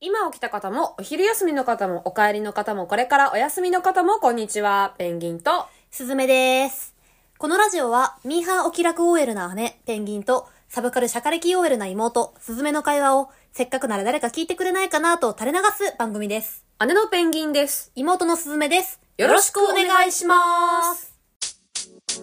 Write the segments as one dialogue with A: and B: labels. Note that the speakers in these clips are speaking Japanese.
A: 朝起きた方も、お昼休みの方も、お帰りの方も、これからお休みの方も、こんにちは。ペンギンと、
B: すずめです。このラジオは、ミーハーお気楽 OL な姉、ペンギンと、サブカルシャカレキ OL な妹、すずめの会話を、せっかくなら誰か聞いてくれないかなと垂れ流す番組です。
A: 姉のペンギンです。
B: 妹のすずめです。
A: よろしくお願いします。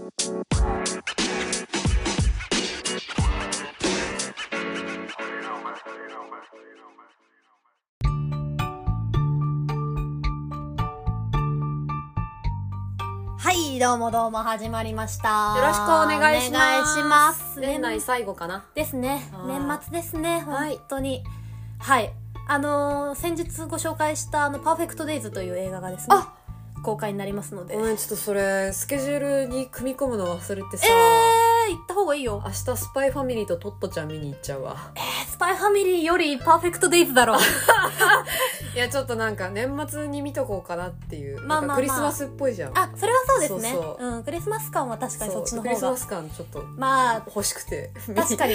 B: はい、どうもどうも始まりました。
A: よろしくお願いします。
B: お願いします。
A: 年内最後かな。
B: ですね
A: あ。ー
B: 年末ですね。
A: はい
B: 本当に。はい。あのー先日ご紹介した、あの、パーフェクトデイズという映画がですね、
A: あ
B: 公開になりますので。
A: ごめん、ちょっとそれ、スケジュールに組み込むの忘れてさ、
B: えー、行った方がいいよ。
A: 明日スパイファミリーとトットちゃん見に行っちゃうわ。
B: スパイファミリーよりパーフェクトデイズだろう。
A: いや、ちょっとなんか年末に見とこうかなっていう。
B: まあまあ
A: なんかクリスマスっぽいじゃん。
B: あ、それはそうですね。、
A: そううそうん
B: クリスマス感は確かにそっちの
A: うクリス
B: 方
A: マ
B: が。
A: ス感ちょっと
B: まあ、
A: 欲しくて。
B: 確かに、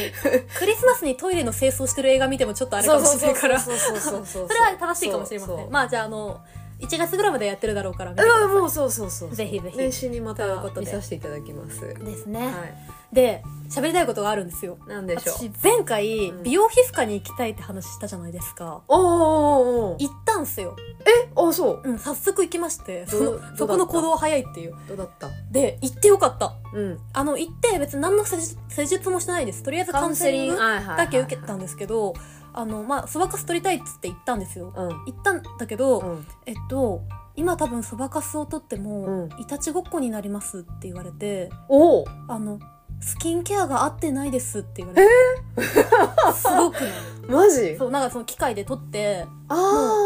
B: クリスマスにトイレの清掃してる映画見てもちょっとあれかもしれないから。そ
A: そうそうそうそうそうそう
B: れは正しいかもしれません。まあじゃあ、あの、1月ぐらいまでやってるだろうから見てください。
A: うんもうそうそうそう
B: ぜひぜひ
A: 年始にま
B: という
A: た
B: こと
A: 見
B: で
A: させていただきますは
B: ですね。で、喋りたいことがあるんですよ。
A: いなんでしょう
B: 私、前回、
A: うん
B: 美容皮膚科に行きたいって話したじゃないですか。
A: おーおーおーおー
B: 行ったんすよ。
A: おあそう
B: うん、早速行きまして、そ
A: どう
B: のそこの行動早いっていう。
A: どうだった
B: で、行ってよかった。
A: うん
B: あの、行って別に何の施術施術もしてないです。とりあえずカウンセリング
A: はいはいはい
B: だけ受けたんですけど、あの、まあ、そばかす取りたいっつって行ったんですよ。
A: うん
B: 行ったんだけど、
A: うん
B: えっと、今多分そばかすを取っても、
A: う
B: いたちごっこになりますって言われて、
A: おお
B: あの、スキンケアが合ってないですって言われて。すごくない
A: マジ
B: そう、なんかその機械で取って、
A: あ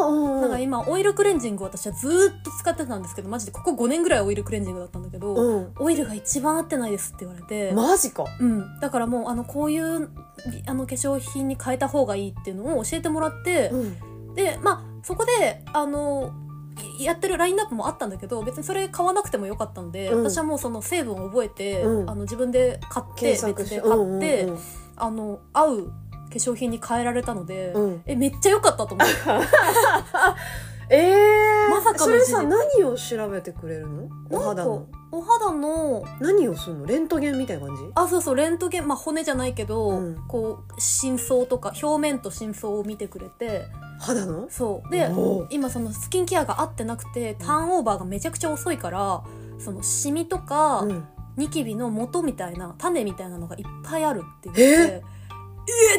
A: あうん
B: なんか今オイルクレンジングを私はずーっと使ってたんですけど、マジでここ5年ぐらいオイルクレンジングだったんだけど、
A: うん
B: オイルが一番合ってないですって言われて、
A: マジか
B: うん、だからもうあのこういうびあの化粧品に変えた方がいいっていうのを教えてもらって、
A: うん
B: でまあそこであのいやってるラインナップもあったんだけど別にそれ買わなくてもよかったので、
A: うん
B: 私はもうその成分を覚えて、
A: うん
B: あの自分で買って
A: 検索
B: 別
A: し
B: で
A: て
B: 買って、
A: うんうん
B: あの合う化粧品に変えられたので、
A: うんうん
B: えめっちゃ良かったと思って
A: ええ
B: まさかの
A: それさ
B: 事実
A: 何を調べてくれるのお肌
B: なん
A: の
B: かお肌の
A: 何をするのレントゲンみたいな感じ
B: あそうそうレントゲン、まあ、骨じゃないけど、
A: うん
B: こう深層とか表面と深層を見てくれて
A: 肌の
B: そうで
A: おー
B: 今そのスキンケアが合ってなくてターンオーバーがめちゃくちゃ遅いからそのシミとか、
A: うん
B: ニキビの元みたいな種みたいなのがいっぱいあるって言ってえ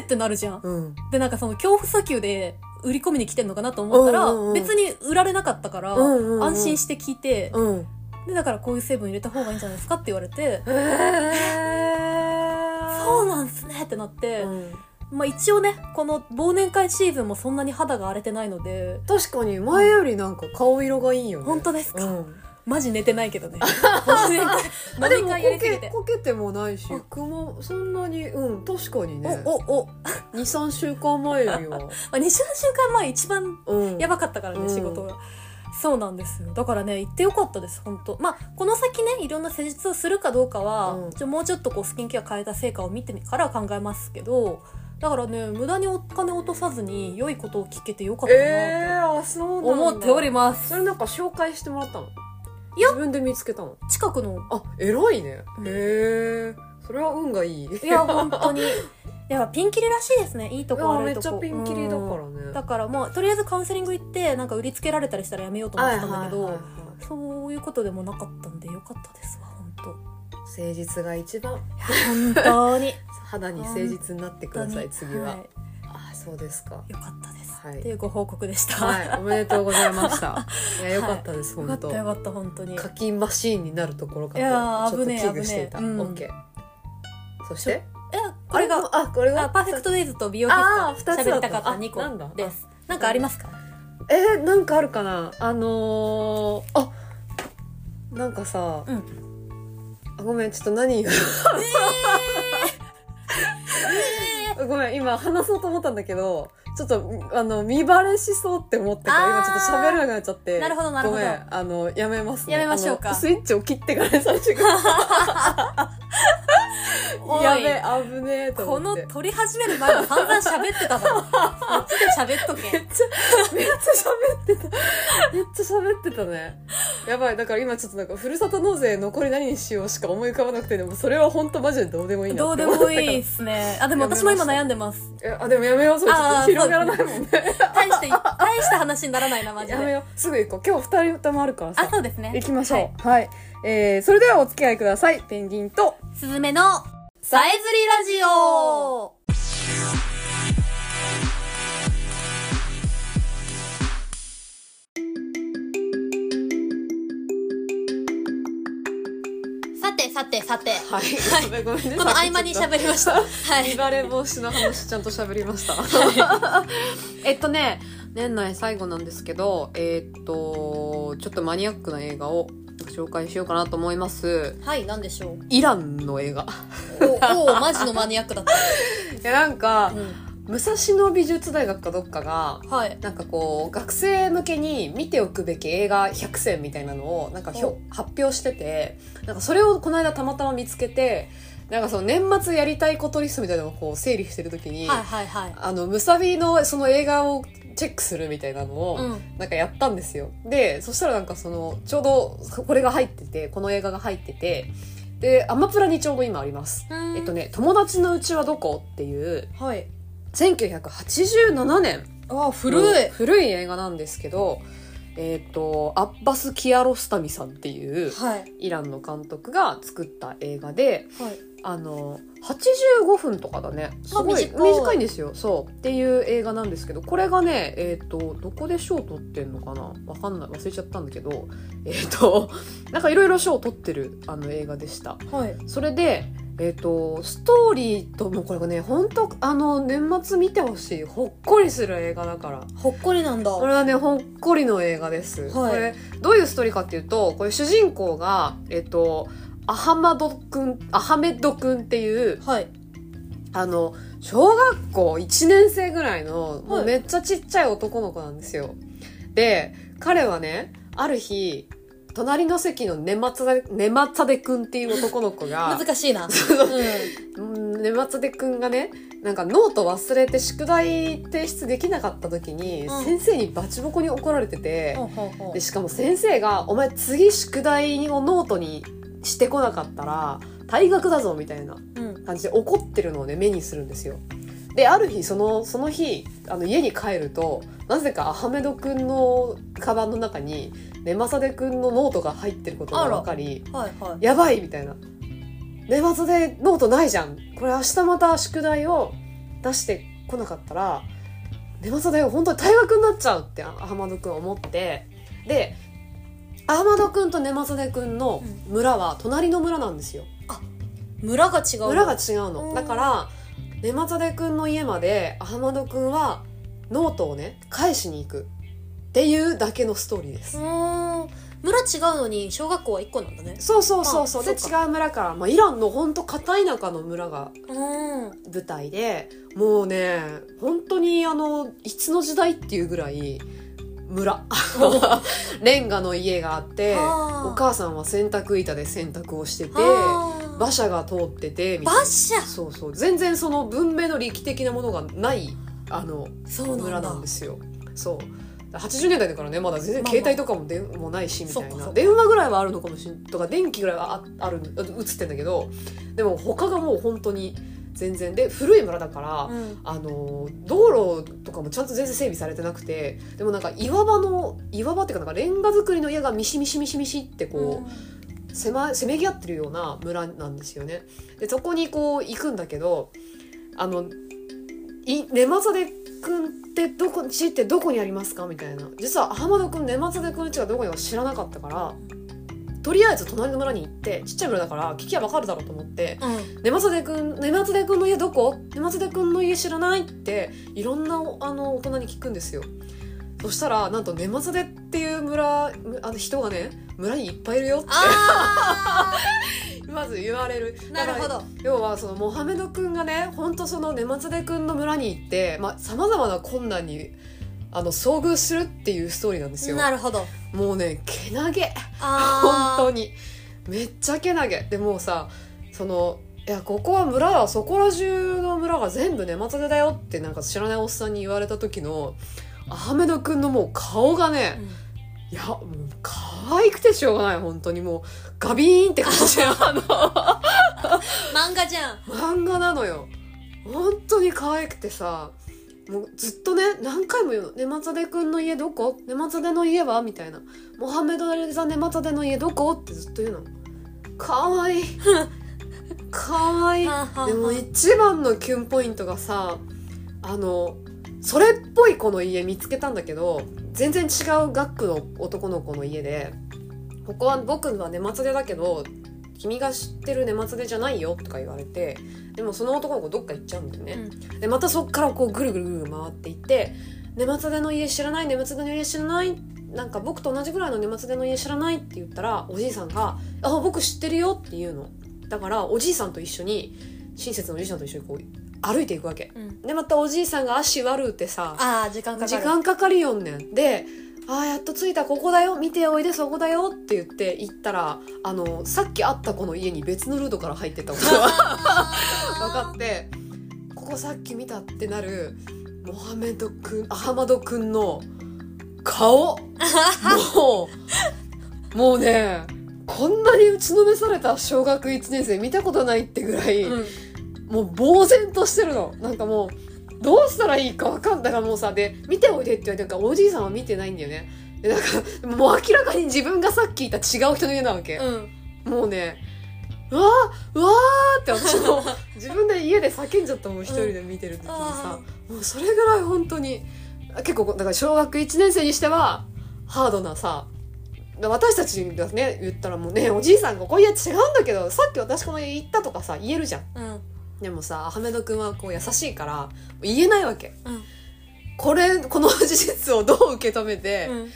B: えってなるじゃん
A: うん
B: でなんかその恐怖訴求で売り込みに来てんのかなと思ったら、
A: うんうんうん
B: 別に売られなかったから、
A: うんうんうん
B: 安心して聞いて、
A: うん
B: でだからこういう成分入れた方がいいんじゃないですかって言われて、
A: へえ
B: そうなんすねってなって、
A: うん
B: まあ一応ねこの忘年会シーズンもそんなに肌が荒れてないので
A: 確かに前よりなんか顔色がいいよね、
B: 本当ですか、
A: うん
B: マジ寝てないけ どね。忘年会
A: あでも
B: 飲み
A: こ
B: 会やりすぎ
A: け
B: て。
A: こけてもないし
B: うん
A: 雲そんなにうん確かに
B: お
A: ね
B: おお、ま
A: 23週間前よりは、
B: あ、2週間前一番
A: うん、
B: やばかったからね、
A: うん
B: 仕事が。そうなんですよだからね行ってよかったです本当まあこの先ねいろんな施術をするかどうかは、
A: うん
B: ちょもうちょっとこうスキンケア変えた成果を見てから考えますけどだからね無駄にお金落とさずに良いことを聞けてよかった
A: え
B: なと
A: ー、あそうなんだ
B: 思っております、
A: それなんか紹介してもらったの
B: いや
A: 自分で見つけたの
B: 近くの
A: あ偉いね、
B: うん
A: へえそれは運がいい
B: いや本当にい やピンキリらしいですねいいとこ
A: あ
B: 悪
A: め
B: い
A: っ
B: と
A: ちゃ
B: こ
A: ピンキリだか
B: うん
A: らね、
B: だからまあとりあえずカウンセリング行ってなんか売りつけられたりしたらやめようと思ってたんだけど、
A: はいはい
B: そういうことでもなかったんでよかったです わ本当
A: 誠実が一番
B: 本当に
A: 肌に誠実になってください次は、
B: い、
A: あそうですか
B: よかったです、
A: はい
B: っていうご報告でした、
A: はい、おめでとうございま した。いや、よかったです、
B: よか
A: 本
B: った
A: 当。
B: よかった本当に
A: 課金マシーンになるところか
B: い
A: ら
B: やー
A: ちょっと危
B: 危ねえ
A: していた。
B: 危ねえうん
A: オッケー。そして、
B: えこれが
A: あ、これ
B: あ
A: が、
B: パーフェクトデイズと美容
A: あー
B: 室
A: 二つだった
B: か喋りたかった
A: あ
B: 2
A: なんだ
B: 個ですなんかありますか
A: えー、なんかあるかなあのー、あ、なんかさ、
B: うん
A: あごめん、ちょっと何言う ごめん、今話そうと思ったんだけど、ちょっと、あの、見バレしそうって思ってから、今
B: あー
A: ちょっと喋れなくなっちゃって。
B: なるほどなるほど
A: ごめん、あの、やめますね。
B: やめましょうか
A: あのスイッチを切ってから最初から。
B: おい
A: やべえ、危ねえと
B: こ
A: 思っ
B: の
A: て。
B: 撮り始める前も散々喋って たもん。こっちで喋っとけ。
A: めっちゃ喋ってた。めっちゃ喋ってたね。やばい。だから今ちょっとなんか、ふるさと納税残り何にしようしか思い浮かばなくて、でもそれは本当マジでどうでもいいな
B: どう
A: って
B: で
A: 思った
B: も
A: から。
B: いいっすね。あ、でも私も今悩んでます。
A: えあ、でもやめよう。それちょっ
B: あー
A: と広がらないもんね。
B: 大して、 大した話にならないな、マジ
A: やめ
B: で。
A: よう。すぐ行こう。今日二人ともあるから
B: あ、
A: さ。
B: そうですね。
A: 行きましょう。はい、えー、それではお付き合いください。ペンギンと、
B: う。すずめの、さえずりラジオさてさてさて。
A: はい。ごめんごめんね
B: この合間に
A: さっきちょっと
B: 喋りま した。は
A: 見
B: い。
A: バレ防止の話ちゃんと喋りま した。えっとね、年内最後なんですけど、えーっと、ちょっとマニアックな映画を紹介しようかなと思います。
B: はい、なんでし ょう。
A: イランの映画。
B: お、お、マジのマニアックだった。
A: いや、なんか、
B: うん。
A: 武蔵野美術大学かどっかが、
B: はい。
A: なんかこう、学生向けに見ておくべき映画100選みたいなのを、なんかひょ発表してて、なんかそれをこの間たまたま見つけて、なんかその年末やりたいことリストみたいなのをこう整理してるときに、
B: はいはいはい。
A: あの、ムサビのその映画をチェックするみたいなのを、
B: うん。
A: なんかやったんですよ。で、そしたらなんかその、ちょうどこれが入ってて、この映画が入ってて、で、アマプラにちょうど今あります。えっと
B: ね。
A: ね、友達のうちはどこっていう、
B: はい。
A: 1987年
B: ああ、古
A: の
B: い。
A: 古い映画なんですけど、えっ、と、アッバス・キアロスタミさんっていう、
B: はい。
A: イランの監督が作った映画で、
B: はい。
A: あの85分とかだねすごい
B: あ短い
A: 短いんですよそうっていう映画なんですけどこれがねえっ、とどこで賞取ってんのかなわかんない忘れちゃったんだけどえっ、と なんかいろいろ賞取ってるあの映画でした
B: はい。
A: それでえっ、とストーリーともこれがね本当あの年末見てほしいほっこりする映画だから
B: ほっこりなんだ。
A: これはねほっこりの映画です、
B: はい
A: これどういうストーリーかっていうとこれ主人公がえっ、とアハマド君アハメッド君っていう
B: はい。
A: あの小学校1年生ぐらいのも
B: はいう
A: めっちゃちっちゃい男の子なんですよ、で彼はねある日隣の席のネマツダネマツァデくんっていう男の子が
B: 難し いな。うん。
A: うんネマツァデくんがねなんかノート忘れて宿題提出できなかった時に、
B: うん
A: 先生にバチボコに怒られてて、
B: ほうほうほう
A: でしかも先生が「お前次宿題をノートにしてこなかったら退学だぞ」みたいな
B: うん。
A: 感じで怒ってるのをね目にするんですよである日そのその日あの家に帰るとなぜかアハメドくんのカバンの中にネマサデくんのノートが入ってることが分かり
B: はいは
A: やばいみたいなネマサデノートないじゃんこれ明日また宿題を出してこなかったらネマサデ本当に退学になっちゃうってアハマドくんは思ってでアハマドくんとネマサデくんの村は隣の村なんですよ
B: い。村が違う。
A: 村が違う
B: う
A: の
B: ん
A: だから根松出くんの家までアハマドくんはノートをね返しに行くっていうだけのストーリーで
B: う
A: す、
B: ーん。村違うのに、小学校は一個なんだね。
A: そうそうそうそう
B: あ
A: で
B: そう
A: 違う村から、まあ、イランのほんと片田舎の村が
B: うん。
A: 舞台でもうね本当にあのいつの時代っていうぐらい 村レンガの家があって
B: あー
A: お母さんは洗濯板で洗濯をしてて
B: あー
A: 馬車が通っててみたいな
B: 馬車
A: そうそう全然その文明の力的なものがないあの
B: そうな
A: 村
B: んだ
A: なんですよそう80年代だからねまだ全然
B: まあまあ
A: 携帯とかもで、もないしみたい
B: そっかそっ
A: な
B: か
A: 電話ぐらいはあるのかもしれんとか電気ぐらいはああるあ映ってんだけどでも他がもう本当に全然で古い村だから、
B: うん。
A: あの道路とかもちゃんと全然整備されてなくてでもなんか岩場の岩場っていうかなんかレンガ造りの家がミシミシミシミシってこう、狭せめぎ合ってるような村なんですよね。でそこにこう行くんだけどあのい「根松出くんってどこ地ってどこにありますか?」みたいな実は浜田くん根松出くん家がどこにか知らなかったからとりあえず隣の村に行ってちっちゃい村だから聞きゃわかるだろうと思って
B: う ん。う
A: 「
B: ん
A: 根松出くん根松出くんの家どこ根松出くんの家知らない?」っていろんなあの大人に聞くんですよ。そしたらなんと根松出っていう村あの人がね村にいっぱいいるよって
B: あ
A: まず言われる
B: ーなるほ
A: だから
B: ど。
A: 要はそのモハメド君がね本当そのネマツデ君の村に行ってさまざ、まな困難にあの遭遇するっていうストーリーなんですよ
B: なるほど。
A: もうねけなげ
B: あ
A: 本当
B: ー
A: にめっちゃけなげでもうさそのいやここは村そこら中の村が全部ねまつげだよってなんか知らないおっさんに言われた時のアハメド君のもう顔がね、いや、もう、可愛くてしょうがない、本当にもう、ガビーンって感じ あ
B: 漫画じゃん
A: の、漫画なのよ。本当に可愛くてさ、もうずっとね、何回も言うの、ネマツデくんの家どこネマツデの家はみたいな。モハメド・アレザ・ネマツデの家どこってずっと言うの。可愛い。可愛い。
B: はあはあはあ
A: でも一番のキュンポイントがさあのそれっぽい子の家見つけたんだけど全然違う学区の男の子の家で「ここは僕は根末でだけど君が知ってる根末でじゃないよ」とか言われてでもその男の子どっか行っちゃうんだよね。でまたそっからこうぐるぐるぐるぐる回っていって「根松での家知らない根松での家知らない」なんか僕と同じぐらいの根松での家知らないって言ったらおじいさんが「あ僕知ってるよ」って言うのだからおじいさんと一緒に親切のおじいさんと一緒にこう歩いていくわけ
B: うんうん
A: でまたおじいさんが足悪うてさ
B: ああ時間かかる
A: 時間かかるよんねんで「あーやっと着いたここだよ見ておいでそこだよ」って言って行ったらあのさっき会った子の家に別のルートから入ってた ことが 分かってここさっき見たってなるモハメド君アハマド君の 顔もうもうねこんなに打ちのめされた小学1年生見たことないってぐらい、
B: うん
A: もう呆然としてるのなんかもうどうしたらいいか分かんだからもうさで見ておいでって言われてるからおじいさんは見てないんだよねでなんかもう明らかに自分がさっきいた違う人の家なわけ、
B: うん
A: もうね、うわーうわーって私 も自分で家で叫んじゃったもん、一人で見てる時にさ、もうそれぐらい本当に、あ結構こう、だから小学1年生にしては、ハードなさ、私たちがね、言ったらもうね、おじいさんがこういや違うんだけど、さっき私この家行ったとかさ、言えるじゃん。
B: うん
A: でもさ、アハメド君はこう優しいから、言えないわけ。
B: うん
A: これ、この事実をどう受け止めて、
B: うん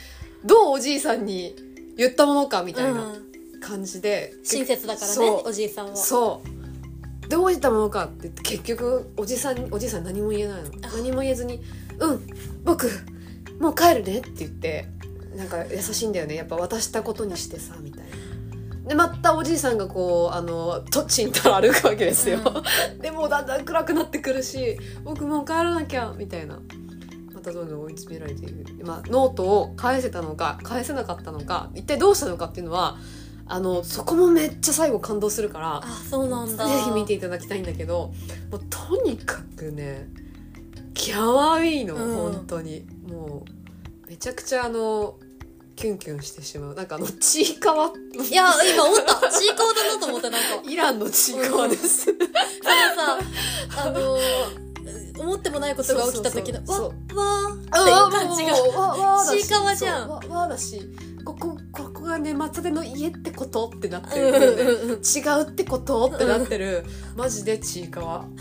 A: どうおじいさんに言ったものかみたいな
B: うん
A: 感じで、
B: 親切だからね
A: そう
B: おじいさんは
A: そうどういったものかって言って結局おじさんおじさん何も言えないの何も言えずに「うん僕もう帰るね」って言ってなんか優しいんだよねやっぱ渡したことにしてさみたいな。でまたおじいさんがこうあのとっちんたら歩くわけですよ、でもうだんだん暗くなってくるし僕もう帰らなきゃみたいなまたどんどん追い詰められている、まあ、ノートを返せたのか返せなかったのか一体どうしたのかっていうのはあのそこもめっちゃ最後感動するから
B: あそうなんだ
A: ぜひ見ていただきたいんだけどもうとにかくねキャワいいの、
B: うん
A: 本当にもうめちゃくちゃあのキュンキュンしてしまうなんかあのちいかわ
B: いや今思ったちいかわだなと思ったなんか
A: イランのちいかわです、
B: あのさあのー思ってもないことが起きた時の
A: そうそう
B: わっわーっ
A: あ
B: ていう感じが
A: わわわわだし
B: ちいかわじゃん
A: そうわわだしここここがね松出の家ってことってなって
B: う
A: る、
B: んうん
A: 違
B: うん
A: うってことってなってるマジでちいかわ、うん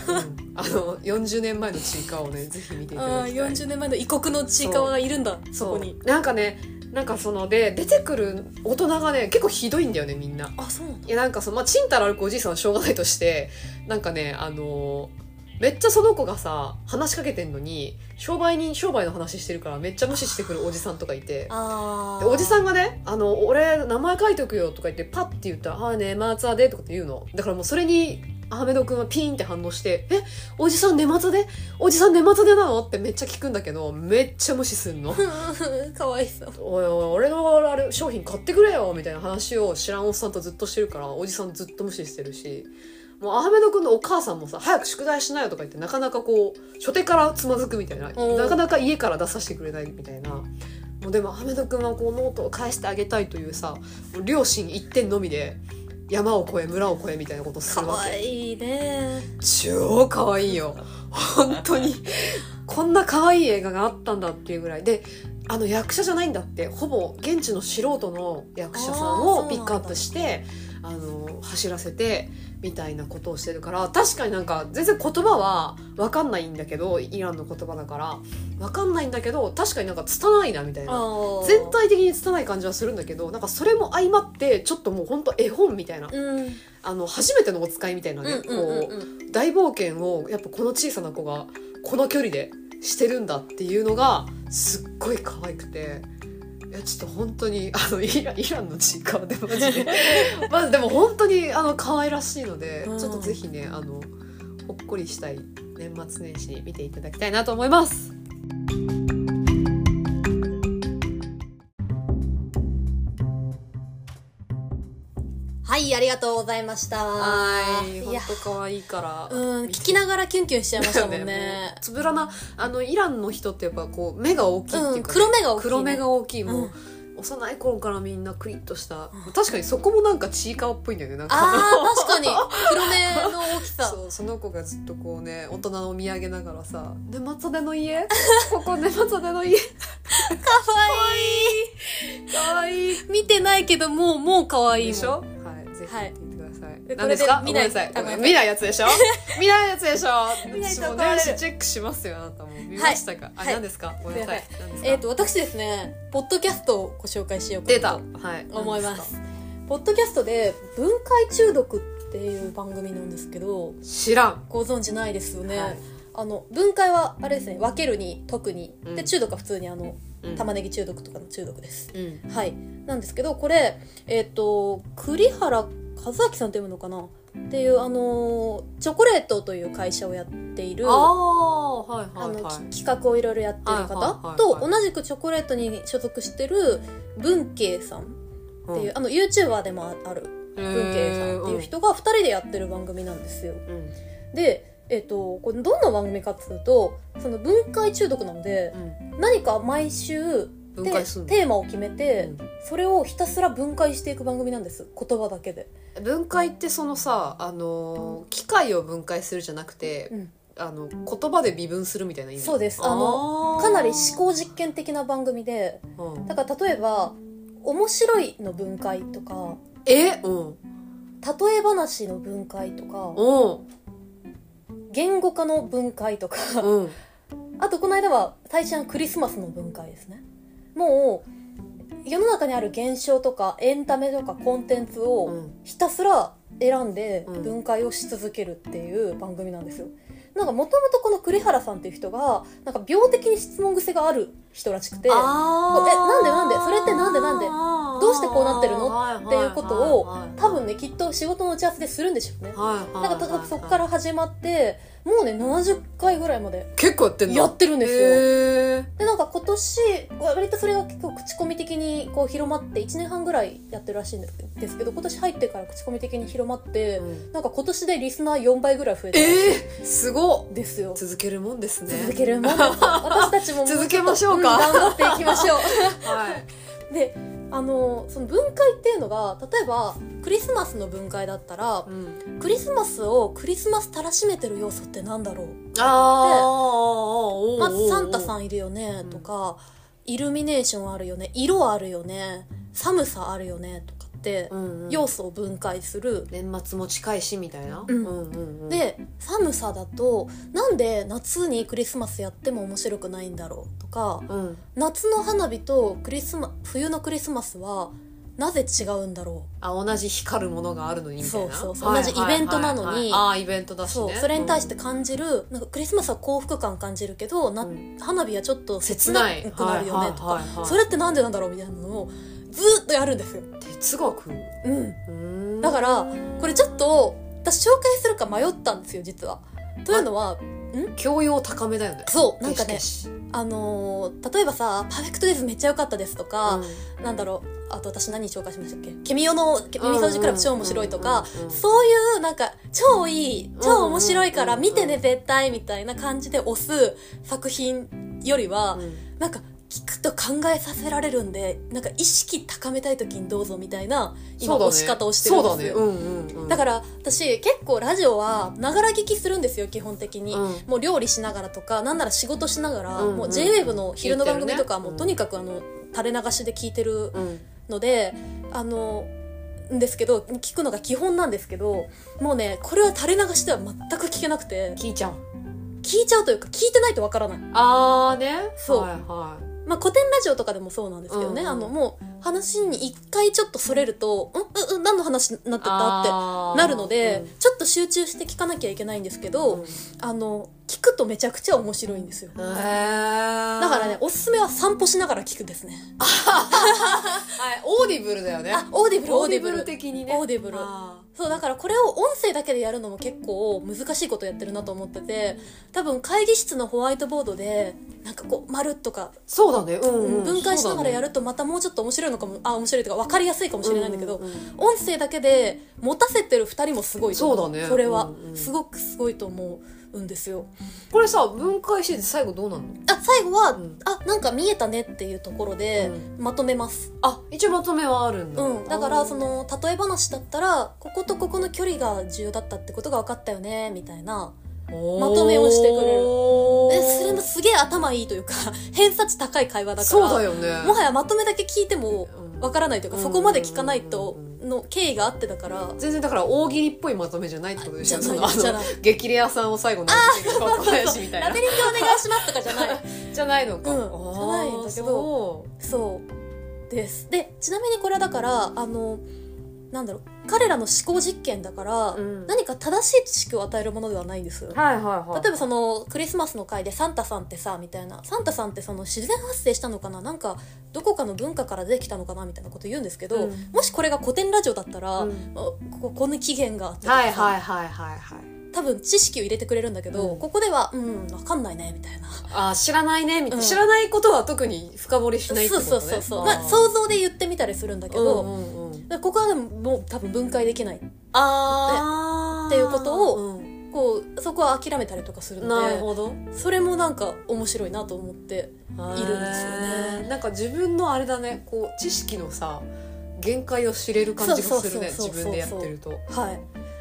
A: あの40年前のちいかわをねぜひ見ていた
B: あ
A: だ
B: あ
A: きたい
B: 40年前の異国のちいかわがいるんだそ
A: そう
B: こに
A: なんかねなんかそので出てくる大人がね結構ひどいんだよねみんな
B: あそうなんだ
A: いやなんかそのまあちんたら歩くおじいさんはしょうがないとしてなんかねあのーめっちゃその子がさ話しかけてんのに商売人商売の話してるからめっちゃ無視してくるおじさんとかいて
B: あ
A: でおじさ
B: ん
A: んがね「あの俺名前書いておくよ」とか言ってパッて言ったら「ああねマーツァで」とかって言うのだからもうそれにアハメド君はピーンって反応して「えおじさん寝松でおじさん寝松でなの?」ってめっちゃ聞くんだけどめっちゃ無視すんの
B: かわいそう
A: おいおい俺のあれ商品買ってくれよみたいな話を知らんおっさんとずっとしてるからおじさんずっと無視してるしもうアハメド君のお母さんもさ早く宿題しなよとか言ってなかなかこう初手からつまずくみたいな
B: うん
A: なかなか家から出させてくれないみたいなもうでもアハメド君はこうノートを返してあげたいというさもう両親一点のみで山を越え村を越えみたいなことす
B: か
A: るわ
B: わ
A: け
B: いいね
A: 超可愛いよ本当にこんな可愛い映画があったんだっていうぐらいであの役者じゃないんだってほぼ現地の素人の役者さん
B: あーそうなん
A: を
B: だ
A: ピックアップしてあの走らせてみたいなことをしてるから確かになんか全然言葉は分かんないんだけどイランの言葉だから分かんないんだけど確かになんか拙いなみたいな
B: ああ
A: 全体的に拙い感じはするんだけどなんかそれも相まってちょっともうほんと絵本みたいな
B: うん
A: あの初めてのお使いみたいな
B: う
A: ね
B: ん
A: こ
B: うん
A: う
B: うんうん
A: 大冒険をやっぱこの小さな子がこの距離でしてるんだっていうのがすっごい可愛くてやちょっと本当に あのイライランのちいかわでマジ でまあでも本当にあの可愛らしいので、
B: うん
A: ちょっとぜひねあのほっこりしたい年末年始見ていただきたいなと思います。
B: はい、ありがとうございました。
A: はい、
B: い
A: 本
B: や、
A: 当可愛いから。
B: うん、聞きながらキュンキュンしちゃいましたも んね、
A: もう。つぶらなあのイランの人ってやっぱこう目が大きいっていううんか、
B: 黒目が大きい、ね。
A: 黒目が大きいも
B: うん
A: う幼い頃からみんなクリッとした確かにそこもなんかちいかわっぽいんだよねなんか
B: ああ、確かに。黒目の大きさ。
A: そうその子がずっとこうね大人の見上げながらさ「根松での 家ここ根松での家
B: かわい
A: 可愛いい
B: い。見てないけど、もう、もうかわいいもん。
A: でしょはいぜひ
B: はい
A: 見てみてください、
B: で
A: 何ですか
B: これで見ない
A: ごめんなさい
B: あ
A: ごめん
B: ごめん
A: 見ないやつでし ょ見ないやつでしょ
B: 見ない
A: 私
B: と
A: も
B: 怒ら
A: ね
B: れる
A: チェックしますよあなたも見ましたか、
B: はい
A: あ何ですかごめんなさい
B: す
A: 何ですか
B: えっ、と、私ですね、ポッドキャストをご紹介しようかな
A: 出た
B: と
A: はい
B: 思いま。
A: 何です
B: ポッドキャストで、分解中毒っていう番組なんですけど、
A: すか知らん
B: ご存知ないですよね。
A: はい
B: あの分解はあれですね分けるに特に、
A: うん
B: で中毒は普通にあの
A: うん
B: 玉ねぎ中毒とかの中毒です、
A: うん
B: はいなんですけどこれえっ、と栗原和明さんって読むのかなっていうあのーチョコレートという会社をやっている
A: ああはい
B: あ
A: は
B: の
A: い
B: き
A: はい
B: 企画をいろいろやってる
A: はいはいはいは
B: 方
A: い
B: と同じくチョコレートに所属してる文慶さんっていう、あの YouTuber でもある文慶さんっていう人が2人でやってる番組なんですよ。
A: うんうん
B: で、えっとこれどんな番組かっていうとその分解中毒なので何か毎週
A: うん
B: テ
A: 分解するの
B: テーマを決めて、それをひたすら分解していく番組なんです言葉だけで。
A: 分解ってそのさあのー機械を分解するじゃなくて、
B: うん
A: あの言葉で微分するみたいな意味
B: そうですあ
A: の
B: かなり思考実験的な番組で
A: 考、うん
B: だから例えば「面白い」の分解とか
A: えうん
B: 「例え話」の分解とか
A: うん
B: 「言語化」の分解とか
A: うん
B: あとこの間は最初のクリスマスの分解ですねもう世の中にある現象とかエンタメとかコンテンツを、
A: うん
B: ひたすら選んで
A: うん
B: 分解をし続けるっていう番組なんですよ。なんかもともとこの栗原さんっていう人がなんか病的に質問癖がある人らしくて
A: え
B: 多
A: なん
B: でなんでそれってなんでなんでどうしてこうなってるのっていうことを分
A: ね
B: ねきっと仕事の打ち合わせでするんでしょうね。
A: はいはい
B: なんか多分そこからら始まってもうね70回ぐらいまで
A: 結構やってんだ
B: やってるんですよ。
A: へー
B: でなんか今年割とそれが結構口コミ的にこう広まって1年半ぐらいやってるらしいんですけど今年入ってから口コミ的に広まって、
A: うん
B: なんか今年でリスナー4倍ぐらい増えたらしい
A: えー、すごっ
B: んですよ。
A: 続けるもんですね
B: 続け るもんですよ私たちももうちょっと
A: 続けましょうか
B: ん頑張っていきましょ
A: はい、
B: う であのその分解っていうのが例えばクリスマスの分解だったら
A: うん、
B: クリスマスをクリスマスたらしめてる要素ってなんだろう
A: ああ
B: まずサンタさ
A: ん
B: んいるよね
A: うん
B: とか、イルミネーションあるよね色あるよね寒さあるよねとかって
A: うんうん
B: 要素を分解する、
A: 年末も近いしみたいな、
B: うん
A: うんうんうん、
B: で寒さだとなんで夏にクリスマスやっても面白くないんだろうとか
A: うん、
B: 夏の花火とクリスマ冬のクリスマスはなぜ違うんだろ
A: あ同じ光るものがあるのにみたいな
B: そうそうそう同じイベントなのに
A: ああーイベント
B: う
A: だし
B: そ
A: ね、
B: うそれに対してて感じるなんかクリスマスは幸福感感じるけどな、
A: うん
B: 花火はちょっと切
A: 切
B: な
A: ない
B: くなるよ
A: は
B: ねと
A: い
B: か
A: はいはいはい
B: それってなんでなんだろうみたいなのをずーっとやるんですよ。
A: うん哲学
B: うん
A: うーん
B: だからこれちょっと私紹介するか迷ったんですよ実は。というのは
A: 教養高めだよね
B: そうなんかね
A: けしけし
B: あのー例えばさ「パーフェクトデイズめっちゃ良かったです」とか、なんだろうあと私何紹介しましたっけ「君よのけ耳掃除クラブ超面白い」とか、
A: うんうんうんうん
B: そういうなんか超いい超面白いから
A: うんうんうん
B: 見てね絶対みたいな感じで押す作品よりは、
A: うん
B: なんか聞くと考えさせられるんでなんか意識高めたい時にどうぞみたいな今
A: そうだね
B: 押し方をしてるんですよ。
A: そうだねうんうんうん
B: だから私結構ラジオはながら聞きするんですよ基本的に、
A: うん
B: もう料理しながらとかなんなら仕事しながら、
A: うんうん
B: もう JWAVE の昼の番組とかはもう
A: 言
B: と
A: ってる
B: にかくあの垂れ流しで聞いてる
A: うん
B: のであのんですけど聞くのが基本なんですけどもうねこれは垂れ流しでは全く聞けなくて
A: 聞いちゃう
B: 聞いちゃうというか聞いてないとわからない、
A: ああね
B: そう
A: はいは
B: まあ、古典ラジオとかでもそうなんですけどね、
A: うんうん
B: あのもう話に一回ちょっとそれると、うん、うん、うん、何の話になってたって
A: って
B: なるので、ちょっと集中して聞かなきゃいけないんですけど、あの、聞くとめちゃくちゃ面白いんですよ。
A: だ
B: だからね、おすすめは散歩しながら聞くですね。
A: オーディブルだよね
B: あ、オーディブル、
A: オ
B: オ
A: ー
B: ー
A: ディ
B: ディ
A: ブル
B: ブル。
A: 的にね
B: オーディブル。そう、だからこれを音声だけでやるのも結構難しいことやってるなと思ってて、多分会議室のホワイトボードで、なんかこう、丸とか、
A: そうだねうん、うん、
B: 分解しながらやるとまたもうちょっと面白いのかも、あ、面白いとか分かりやすいかもしれないんだけど、
A: うううん
B: 音声だけで持たせてる二人もすごいと思
A: そうだね
B: それは、
A: うんうん
B: すごくすごいと思うんですよ
A: これさ分解してて最後どうなるの
B: あ最後は、
A: うん
B: あなんか見えたねっていうところでまとめます、
A: あ一応まとめはあるんだ、
B: うん、だからそ
A: の
B: の例え話だったらこことここの距離が重要だったってことが分かったよねみたいな
A: ま
B: とめをしてくれるえ
A: え
B: それもすげえ頭いいというか 偏差値高い会話だか
A: そうだ
B: ら
A: よね
B: もはやまとめだけ聞いても
A: うん
B: 分からないというかそこまで聞かないと
A: うん
B: の経緯があってだから
A: 全然だから大喜利っぽいまとめじゃないってことでしょ
B: じゃない
A: その
B: じゃ
A: あ
B: ない
A: の激レアさんを最後にってくる小林みたい
B: ラ
A: な
B: ベリングお願いしますとかじゃない
A: じゃないのか、
B: うん
A: あー
B: じゃないんだけど
A: そ
B: そうですでちなみにこれはだからあのなんだろう彼らの思考実験だから、
A: うん
B: 何か正しい知識を与えるものではないんですよ
A: うはいはいはい
B: 例えばそのクリスマスの回で「サンタさんってさ」みたいな「サンタさんってその自然発生したのかななんかどこかの文化からできたのかな」みたいなこと言うんですけど、
A: うん
B: もしこれが古典ラジオだったら、
A: うん
B: あこここの起源があってとか
A: はい
B: さ
A: はいはいはいはい
B: 多分知識を入れてくれるんだけど、
A: うん
B: ここでは「うんわかんないね」みたいな。
A: あー知らないねみたいな、
B: うん
A: 知らないことは特に深掘りし
B: そ
A: ないってこ
B: う
A: とね
B: そうそうそう、まあ、
A: う
B: 想像で言ってみたりするんだけど、
A: うんうんうん
B: だからここはでももう多分分解できない
A: あー
B: っていうことを
A: うん
B: こうそこは諦めたりとかする
A: なる
B: の
A: ほど
B: でそれもなんか面白いなと思っているんですよね
A: へーなんか自分のあれだねこう知識のさ限界を知れる感じがするね
B: そうそうそうそう
A: 自分でやってると
B: はいだか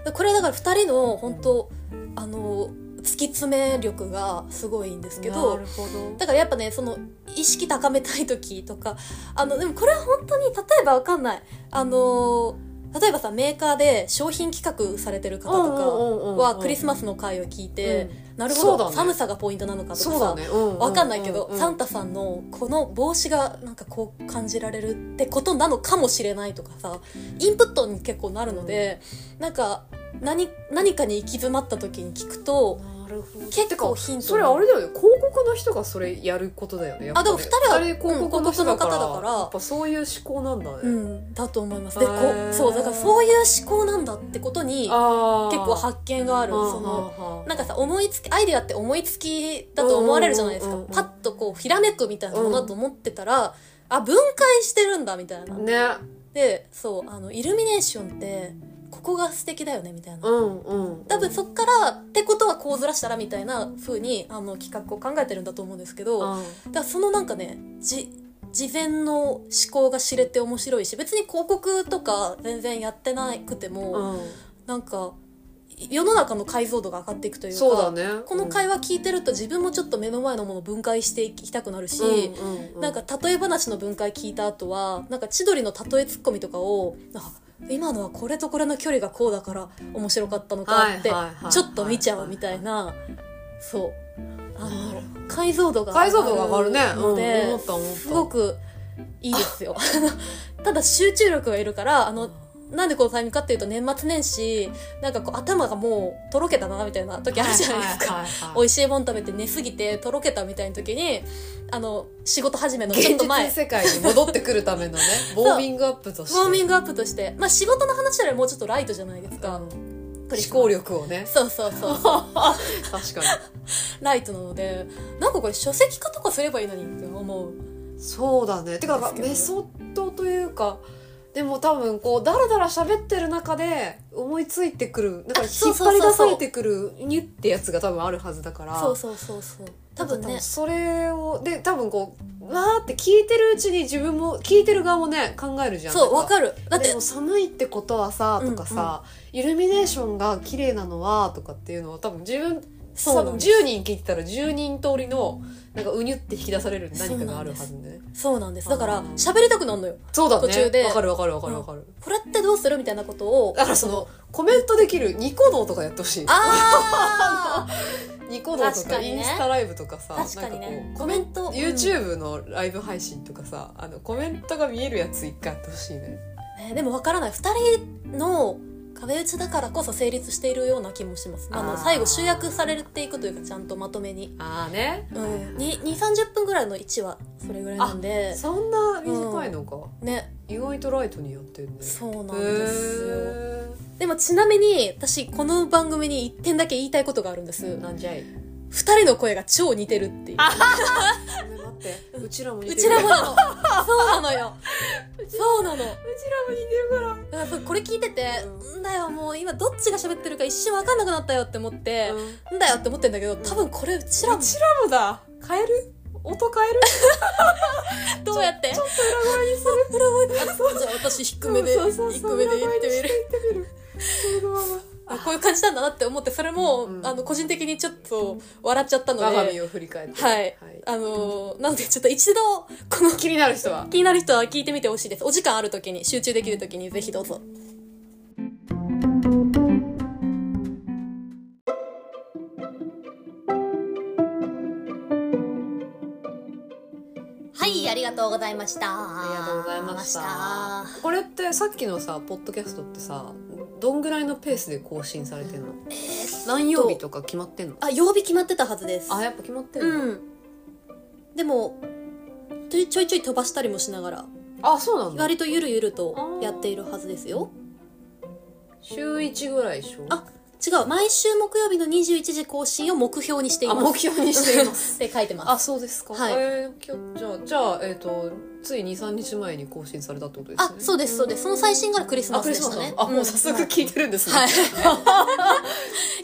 B: らこれはだから2人の本当、あの突き詰め力がすごいんですけ
A: な
B: ど
A: るほど
B: だからやっぱねその意識高めたい時とかあのでもこれは本当に例えばわかんないあの例えばさメーカーで商品企画されてる方とか、はクリス
A: マ
B: マスの会を聞い
A: ス
B: て、なる
A: そう
B: ほ
A: だ
B: ど、
A: ね
B: 寒さがポイントなのかと
A: そ
B: か
A: う
B: さ、
A: だねうん
B: わかんないけど、
A: うんうん
B: サンタさんのこの帽子がなんかこう感じられるってことなのかもしれないとかさインプットに結構なるので、なんか何何かに行き詰まった時に聞くと
A: なるほど
B: 結構ヒント
A: それあれだよね広告の人がそれやることだよねやっぱね
B: あでも二人は
A: 二人広告の人だから,、
B: うん広告の方だから
A: やっぱそういう思考なんだね、
B: うん、だと思います。でこ
A: へー
B: そうだからそういう思考なんだってことに結
A: あー
B: 構発見がある
A: うん
B: その
A: うんうん
B: なんかさ思いつきアイデアって思いつきだと思われるじゃないです
A: うん
B: か
A: うんうんうん
B: パッとこうひらめくみたいなものだと思ってたら、あ分解してるんだみたいな。
A: ね
B: でそうあのイルミネーションってここが素敵だよねみたいな。
A: うんうん
B: 多分そっからってことはこうずらしたらみたいな風にあの企画を考えてるんだと思うんですけどだか
A: うん
B: らそのなんかねじ事前の思考が知れて面白いし別に広告とか全然やってなくても、
A: うん
B: なんか世の中の解像度が上がっていくというか
A: そうだね
B: この会話聞いてると自分もちょっと目の前のものを分解していきたくなるし、
A: うんうんうん
B: なんか例え話の分解聞いた後はなんか千鳥の例えツッコミとかをあ今のはこれとこれの距離がこうだから面白かったのかって
A: はいはいはい
B: ちょっと見ちゃうみたいなそうあ
A: な
B: の
A: る
B: 解像度が
A: 解像度が上がるね、
B: ので、
A: うん、思った思った
B: すごくいいですよ ただ集中力がいるからあのなんでこのタイミングかっていうと年末年始なんかこう頭がもうとろけたなみたいな時あるじゃないですか、
A: はいはいはいはい
B: 美味しいもん食べて寝すぎてとろけたみたいな時にあの仕事始めのちょっ
A: 現
B: と前
A: 実
B: ウ
A: 世界に戻ってくるため のねウォーミングアップとして
B: ォーミングアップとして、まあ、仕事の話よりもうちょっとライトじゃないですか、
A: うん
B: クリスマス
A: 思考力をね
B: そうそう そうそう
A: 確か
B: ライトなのでなんかこれ書籍化とかすればいいのにって思う
A: にそうだねてか
B: ですけどね
A: メソッドというかでも多分こうダラダラ喋ってる中で思いついてくるなんか
B: あ
A: 引
B: そ
A: っ
B: うそうそ
A: 張
B: う
A: り出されてくるニュってやつが多分あるはずだから
B: そうそうそうそう多分ね
A: それをで多分こうわーって聞いてるうちに自分も聞いてる側もね考えるじゃん
B: そう
A: なん
B: わかるだって
A: でも寒いってことはさとかさ、イルミネーションが綺麗なのはとかっていうのは多分自分
B: そう
A: 多
B: な
A: 分
B: んです
A: 10人聞いてたら10人通りのなんかうにゅって引き出される何かがあるはずね
B: そうなんですだか
A: あ
B: ら
A: ー
B: 喋りたくなるのよ
A: そうだね
B: 途中で
A: わかるわかるわかるわかる、
B: これってどうするみたいなことを
A: だからそのコメントできるニコ動とかやってほしい
B: ああ
A: ニコ動と
B: 確
A: か
B: かに
A: イ
B: ね
A: ンスタライブとかさ
B: 確かに
A: なんか
B: ね
A: こう
B: コメント
A: YouTube のライブ配信とかさあのコメントが見えるやつ一回やってほしいね
B: ね、でもわからない2人の壁打ちだからこそ成立しているような気もしますあの
A: あー
B: 最後集約されていくというかちゃんとまとめに、
A: ああね
B: うん、2 3 0分ぐらいの1はそれぐらいなんで
A: そんな短いのか、
B: ね
A: 意外とライトにやってるね
B: そうなんですよ
A: へ
B: でもちなみに私この番組に1点だけ言いたいことがあるんです
A: ー
B: 2
A: なんじゃい
B: 人の声が超似てるっていう
A: ごめん待 ってうちらも似
B: う
A: てる
B: ちらもなのそうなのよそうなの
A: ちらも似てるから
B: だからこれ聞いてて
A: う
B: 「んだよもう今どっちが喋ってるか一瞬分かんなくなったよ」って思って
A: う
B: 「んだよ」って思ってんだけど多分これうちら も
A: ちらもだ変える音変える
B: どうやってちょっと裏声にする裏声にじゃあ私低めで
A: そうそうそう
B: 低めで言ってみ る
A: 裏声にして言ってみるそのまま
B: あこういう感じなんだなって思ってそれも、
A: うん
B: あの個人的にちょっと笑っちゃったので、
A: 我が身を振り返って
B: はい、あのーなのでちょっと一度この
A: 気になる人は
B: 気になる人は聞いてみてほしいですお時間ある時に集中できる時にぜひどうぞはいありがとうございましたあ
A: ありがとうございましたこれってさっきのさポッドキャストってさどんぐらいのペースで更新されてんの何曜日とか決まってんの
B: あ曜日決まってたはずです
A: あやっぱ決まってる
B: うんでもちょいちょいちょい飛ばしたりもしながら
A: あそうなんだ
B: 割とゆるゆるとやっているはずですよ
A: 週一ぐらいでしょ
B: あ違う毎週木曜日の21時更新を目標にしてい
A: あ
B: ます
A: 目標にしています
B: って書いてます
A: あそうですか、
B: はい
A: えーきょじゃあじゃあえっ、とつい23日前に更新されたってことです
B: あ
A: ね
B: そうですそうですその最新がクリス
A: あ
B: マス
A: クリ
B: で
A: ス
B: し
A: マス
B: た
A: な
B: ね
A: のあもう早速
B: ん
A: 聞いてるんですね、
B: はい
A: ち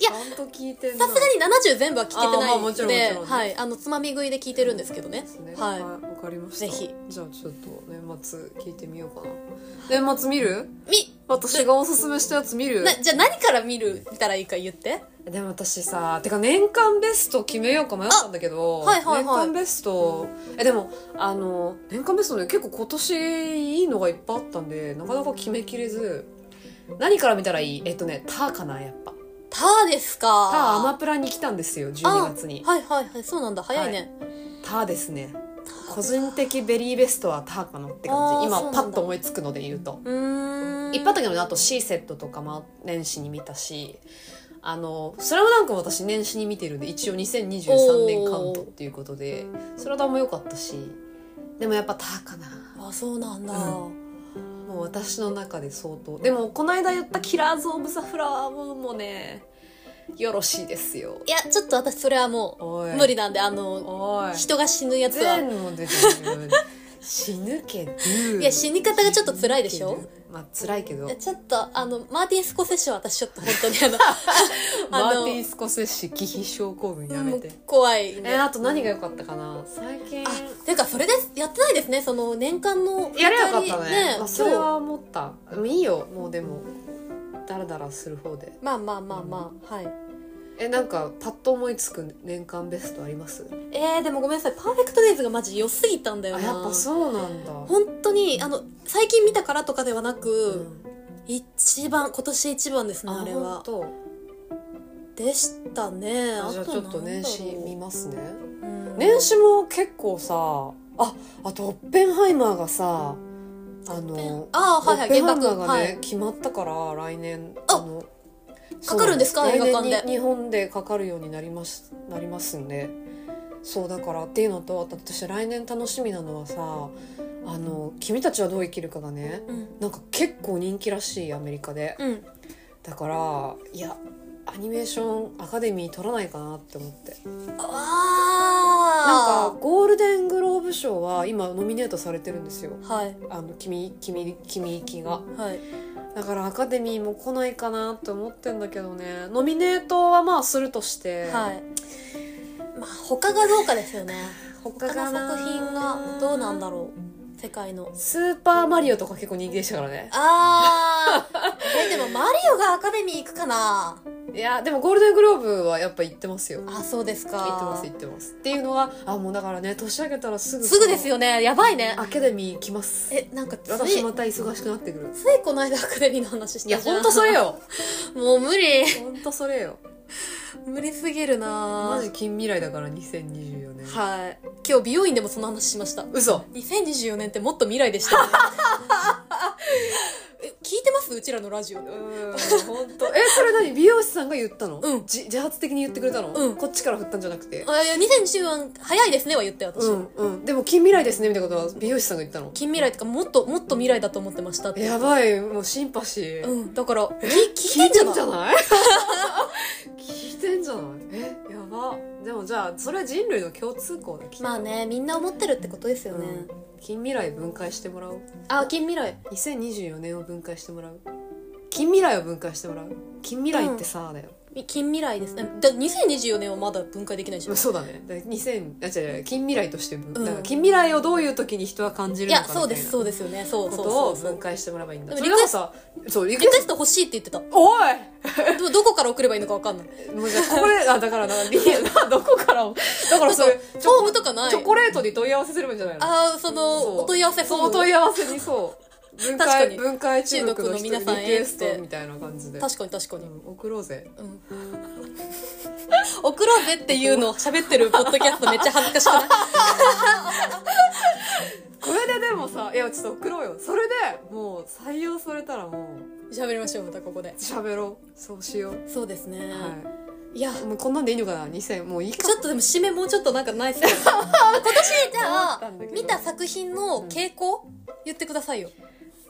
B: や
A: ゃんと聞いてんな
B: さすがに70全部は聞けて
A: あ
B: な
A: まあ
B: い
A: も
B: の
A: ちろんもち
B: で
A: ろん
B: はいあのつまみ食いで聞いてるんですけどね
A: ですねはい、わ
B: は
A: かりました
B: ぜひ
A: じゃあちょっと年末聞いてみようかな年末見る
B: いみ
A: 私がおすすめしたやつ見る
B: なじゃあ何から見る見たらいいか言って
A: でも私さてか年間ベスト決めようか迷ったんだけど、
B: あはいはいはい
A: 年間ベストえでもあの年間ベストね結構今年いいのがいっぱいあったんでなかなか決めきれず何から見たらいいえっとね「タ」かなやっぱ「
B: ターですか
A: タ」アマプラに来たんですよ12月に
B: はいはいはいそうなんだ早いね、
A: 「タ」ですね個人的ベリーベストは「タ」かなって
B: あ
A: 感
B: ー
A: じ今
B: そうなんだ
A: パッと思いつくので言うと
B: うーん
A: いっぱいあったけどねあと C セットとかも年始に見たしあの「スラムダンクも私年始に見てるんで一応2023年カウントっていうことで「スラダン」も良かったしでもやっぱ「タ」かな
B: あそうなんだ、
A: うもう私の中で相当でもこの間言った「キラーズ・オブ・ザ・フラワームーン」もねよろしいですよ
B: いやちょっと私それはも
A: おいう
B: 無理なんであの
A: おい
B: 人が死ぬやつは
A: 全も出てる死ぬけど
B: いや死に方がちょっと辛いでしょ
A: 死ぬけどまあ辛いけど
B: いやちょっとあのマーティン・スコセッシは私ちょっと本当にあの
A: マ
B: あの
A: ーティン・スコセッシ忌避症候群や
B: も
A: め
B: う
A: て
B: 怖いね、
A: えーあと何が良かったかな最近
B: あてかそれですやってないですねその年間の
A: やればよかったねま
B: 今
A: あ、それ
B: 日
A: は思ったでもいいよもうでもダラダラする方で
B: まあまあまあまあ、はい
A: えなんかパッと思いつく年間ベストあります
B: えー、でもごめんなさいパーフェクトデイズがマジ良すぎたんだよ
A: あ
B: な
A: やっぱそうなんだ
B: 本当にあの最近見たからとかではな
A: う
B: く、
A: ん
B: 一番今年一番ですねあ
A: あ
B: れ
A: れ
B: は
A: は
B: でしたねあ
A: じゃあち
B: と
A: ょっと
B: なん
A: 年
B: だろう
A: 始見ますね
B: うん
A: 年始も結構さああとオッペンハイマーがさあの
B: ああはいはい原
A: オッ
B: 爆
A: ペンハイマーがね、
B: はい
A: 決まったから来年
B: あ
A: の
B: かかるんですか
A: そう
B: 映画館で
A: 来年に日本でかかるようになりますなりますんでそうだからっていうのとあと私来年楽しみなのはさあの「君たちはどう生きるか」がね
B: うん
A: なんか結構人気らしいアメリカで
B: うん
A: だからいやアニメーションアカデミー取らないかなって思ってなん
B: あ
A: かゴールデングローブ賞は今ノミネートされてるんですよ
B: あはい
A: あの君君君行きが
B: はい
A: だからアカデミーも来ないかなって思ってんだけどねノミネートはまあするとして、
B: はいまあ他がどうかですよね
A: 他
B: 他
A: が
B: の
A: な
B: 作品がどうなんだろう世界の
A: スーパーマリオとか結構人気でしたからね
B: ああえでもマリオがアカデミー行くかない
A: やでもゴールデングローブはやっぱ行ってますよ行
B: あそうですか
A: ってます行ってますっていうのはあもうだからね年明けたらすぐ
B: すぐですよねやばいね
A: アカデミー来ます
B: えなんかつ
A: 私
B: い
A: また忙しくなってくる
B: ついこの間アカデミーの話し
A: い
B: た
A: や
B: じゃん
A: ほんとそれ よ
B: もう無理
A: ほんとそれよ
B: 無理すぎるな
A: マジ近未来だから2024年
B: はい今日美容院でもその話しました
A: 嘘
B: 2024年ってもっと未来 でしたよねえ聞いてますうちらのラジオ
A: うーん本当えそれ何美容師さんが言ったの、
B: うん
A: じ自発的に言ってくれたの、
B: うん
A: こっちから振ったんじゃなくて
B: あいや2024早いですねは言ったよ私、
A: うんうんでも近未来ですねみたいなことは美容師さんが言ったの
B: 近未来とかもっともっと未来だと思ってましたって
A: やばいもうシンパシー、
B: うんだから
A: え
B: き聞いてんじゃ
A: ない聞いてんじゃないえやばでもじゃあそれは人類の共通項だきっと
B: まあねみんな思ってるってことですよね、
A: うん近未来分解してもらおう
B: あ近未来
A: 2024年を分解してもらう近未来を分解してもらう近未来ってさ、だよ
B: み近未来ですねだ2024年はまだ分解できないでしょ
A: まあそうだねだから2000あ違う違う近未来として分、
B: うん
A: だから近未来をどういう時に人は感じ
B: い
A: るのかみ
B: や
A: たいな
B: そうですそうですよねそう
A: こ
B: そう
A: と
B: そ
A: を
B: うそう
A: 分解してもらえばいいんだ
B: でも
A: それがさそうリク
B: リ
A: エ
B: クエ
A: ス
B: スト欲しいって言ってた
A: トおい
B: でもどこから送ればいいのか分かんない
A: もうじゃあこれあだからなリ エなどこからもだからそれ
B: なんか
A: チ
B: フォー
A: ョ
B: ムとかない
A: チョコレートに問い合わせすればいいんじゃないの
B: ああそ
A: そう
B: のお問い合わせフォ
A: そ
B: ーム
A: う問い合わせにそう分
B: 確か
A: 解
B: に
A: 分解中毒の人に
B: 中毒の皆さんへ
A: リクエス
B: って
A: トみたいな感じで
B: 確かに確かに、
A: うん送ろうぜ
B: うん送ろうぜっていうのを喋ってるポッドキャストめっちゃ恥ずかしくない
A: これででもさいやちょっと送ろうよそれでもう採用されたらもう
B: 喋りましょうまたここで
A: 喋ろうそうしよう、
B: そうですね、
A: はい
B: い、や
A: もうこんなんでいいのかな2000もういいか
B: ちょっとでも締めもうちょっとなんかないっすか 今年じ
A: 思
B: ゃ
A: った
B: あ
A: んだけど
B: 見た作品の傾向、言ってくださいよ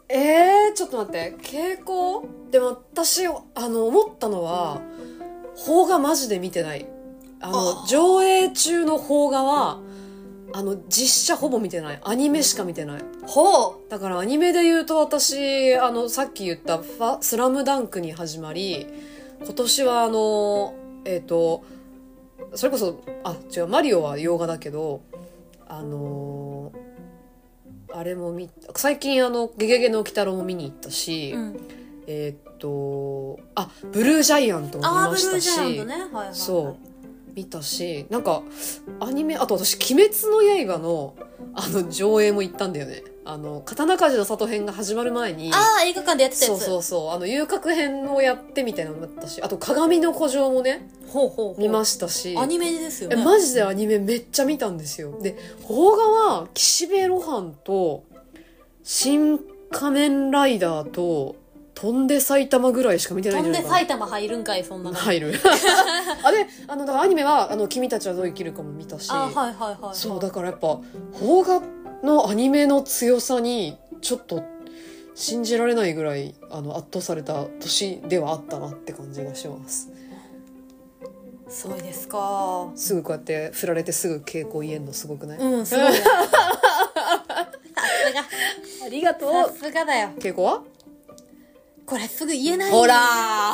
A: えー、ちょっと待って傾向でも私あの思ったのは邦画マジで見てないあの
B: あー
A: 上映中の邦画はあの実写ほぼ見てないアニメしか見てない
B: ほ
A: だからアニメで言うと私あのさっき言ったファ「スラムダンクに始まり今年はあのえっ、とそれこそあ違うマリオは洋画だけどあのーあれも見最近あの「ゲゲゲの鬼太郎」も見に行ったし、
B: う、うん、
A: えっ、とあブルージャイアントも見
B: あーブ
A: ま
B: ル
A: し
B: ー
A: た
B: ジ
A: し
B: ャイアントねはいはい、はい、
A: そう見たしなんかアニメあと私「鬼滅の刃の」あの上映も行ったんだよねあの刀鍛冶の里編が始まる前に
B: ああ映画館でやってた
A: そ
B: や
A: う
B: つ
A: そうそうあの遊郭編をやってみたいなのもあったしあと「鏡の古城」もね
B: ほうほうほう
A: 見ましたし
B: アニメですよ
A: え
B: ね
A: マジでアニメめっちゃ見たんですよで邦画は岸辺露伴と「新仮面ライダー」と「飛んで埼玉」ぐらいしか見てない
B: 飛
A: んじ
B: ん
A: ゃない
B: で
A: かな
B: 埼玉入るんかいそんなの
A: 入る あであのだからアニメは「あの君たちはどう生きるか」も見たし、
B: あーはいはいはいはい
A: そうだからやっぱ邦画のアニメの強さにちょっと信じられないぐらいあの圧倒された年ではあったなって感じがします
B: すごいですか
A: すぐこうやって振られてすぐ傾向言えんのすごくない、
B: うんすごいねさすが
A: ありがと
B: さすがだよ
A: 傾向は
B: これすぐ言えない
A: ほらー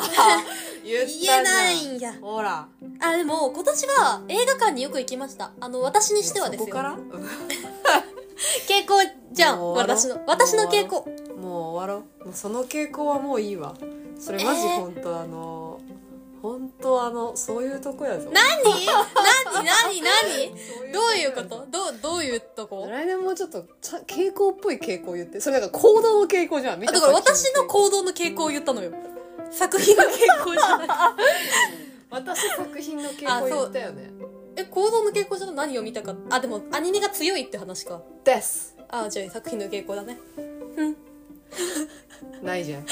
A: 言ったじ
B: 言
A: ゃ
B: え
A: ん
B: ないんや
A: ほら
B: あでも今年は映画館によく行きましたあの私にしてはですよ
A: こから
B: 傾向じゃん
A: もう終わろう
B: 私の私の傾
A: も
B: 向
A: もう終わろうもうその傾向はもういいわそれマジ
B: えー
A: 本当、あの本当あのそういうとこやぞ
B: 何何何 何
A: そう
B: どういうこ
A: やぞ
B: とどうどういうとこ
A: 来年もちょっとちゃ傾向っぽい傾向言ってそれなんか行動の傾向じゃん見
B: あ
A: た
B: だから
A: 作
B: 私
A: 品
B: の
A: 傾向
B: 行動の傾向を言ったのよ作品の傾向 じゃない
A: 私作品の傾向言ったよね
B: え行動の傾向じゃない何を見たかあでもアニメが強いって話か
A: です
B: あじゃあ作品の傾向だね
A: ないじゃん、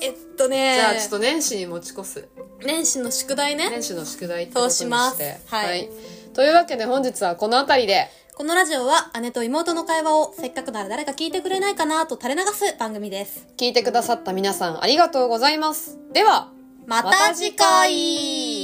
B: えっとね
A: じゃあちょっと年始に持ち越す
B: 年始の宿題ね
A: 年始の宿題ってことにして
B: そうしますはい
A: というわけで本日はこの辺りで
B: このラジオは姉と妹の会話をせっかくなら誰か聞いてくれないかなと垂れ流す番組です
A: 聞いてくださった皆さんありがとうございますでは
B: ま
A: また
B: た
A: 次
B: 次
A: 回
B: 回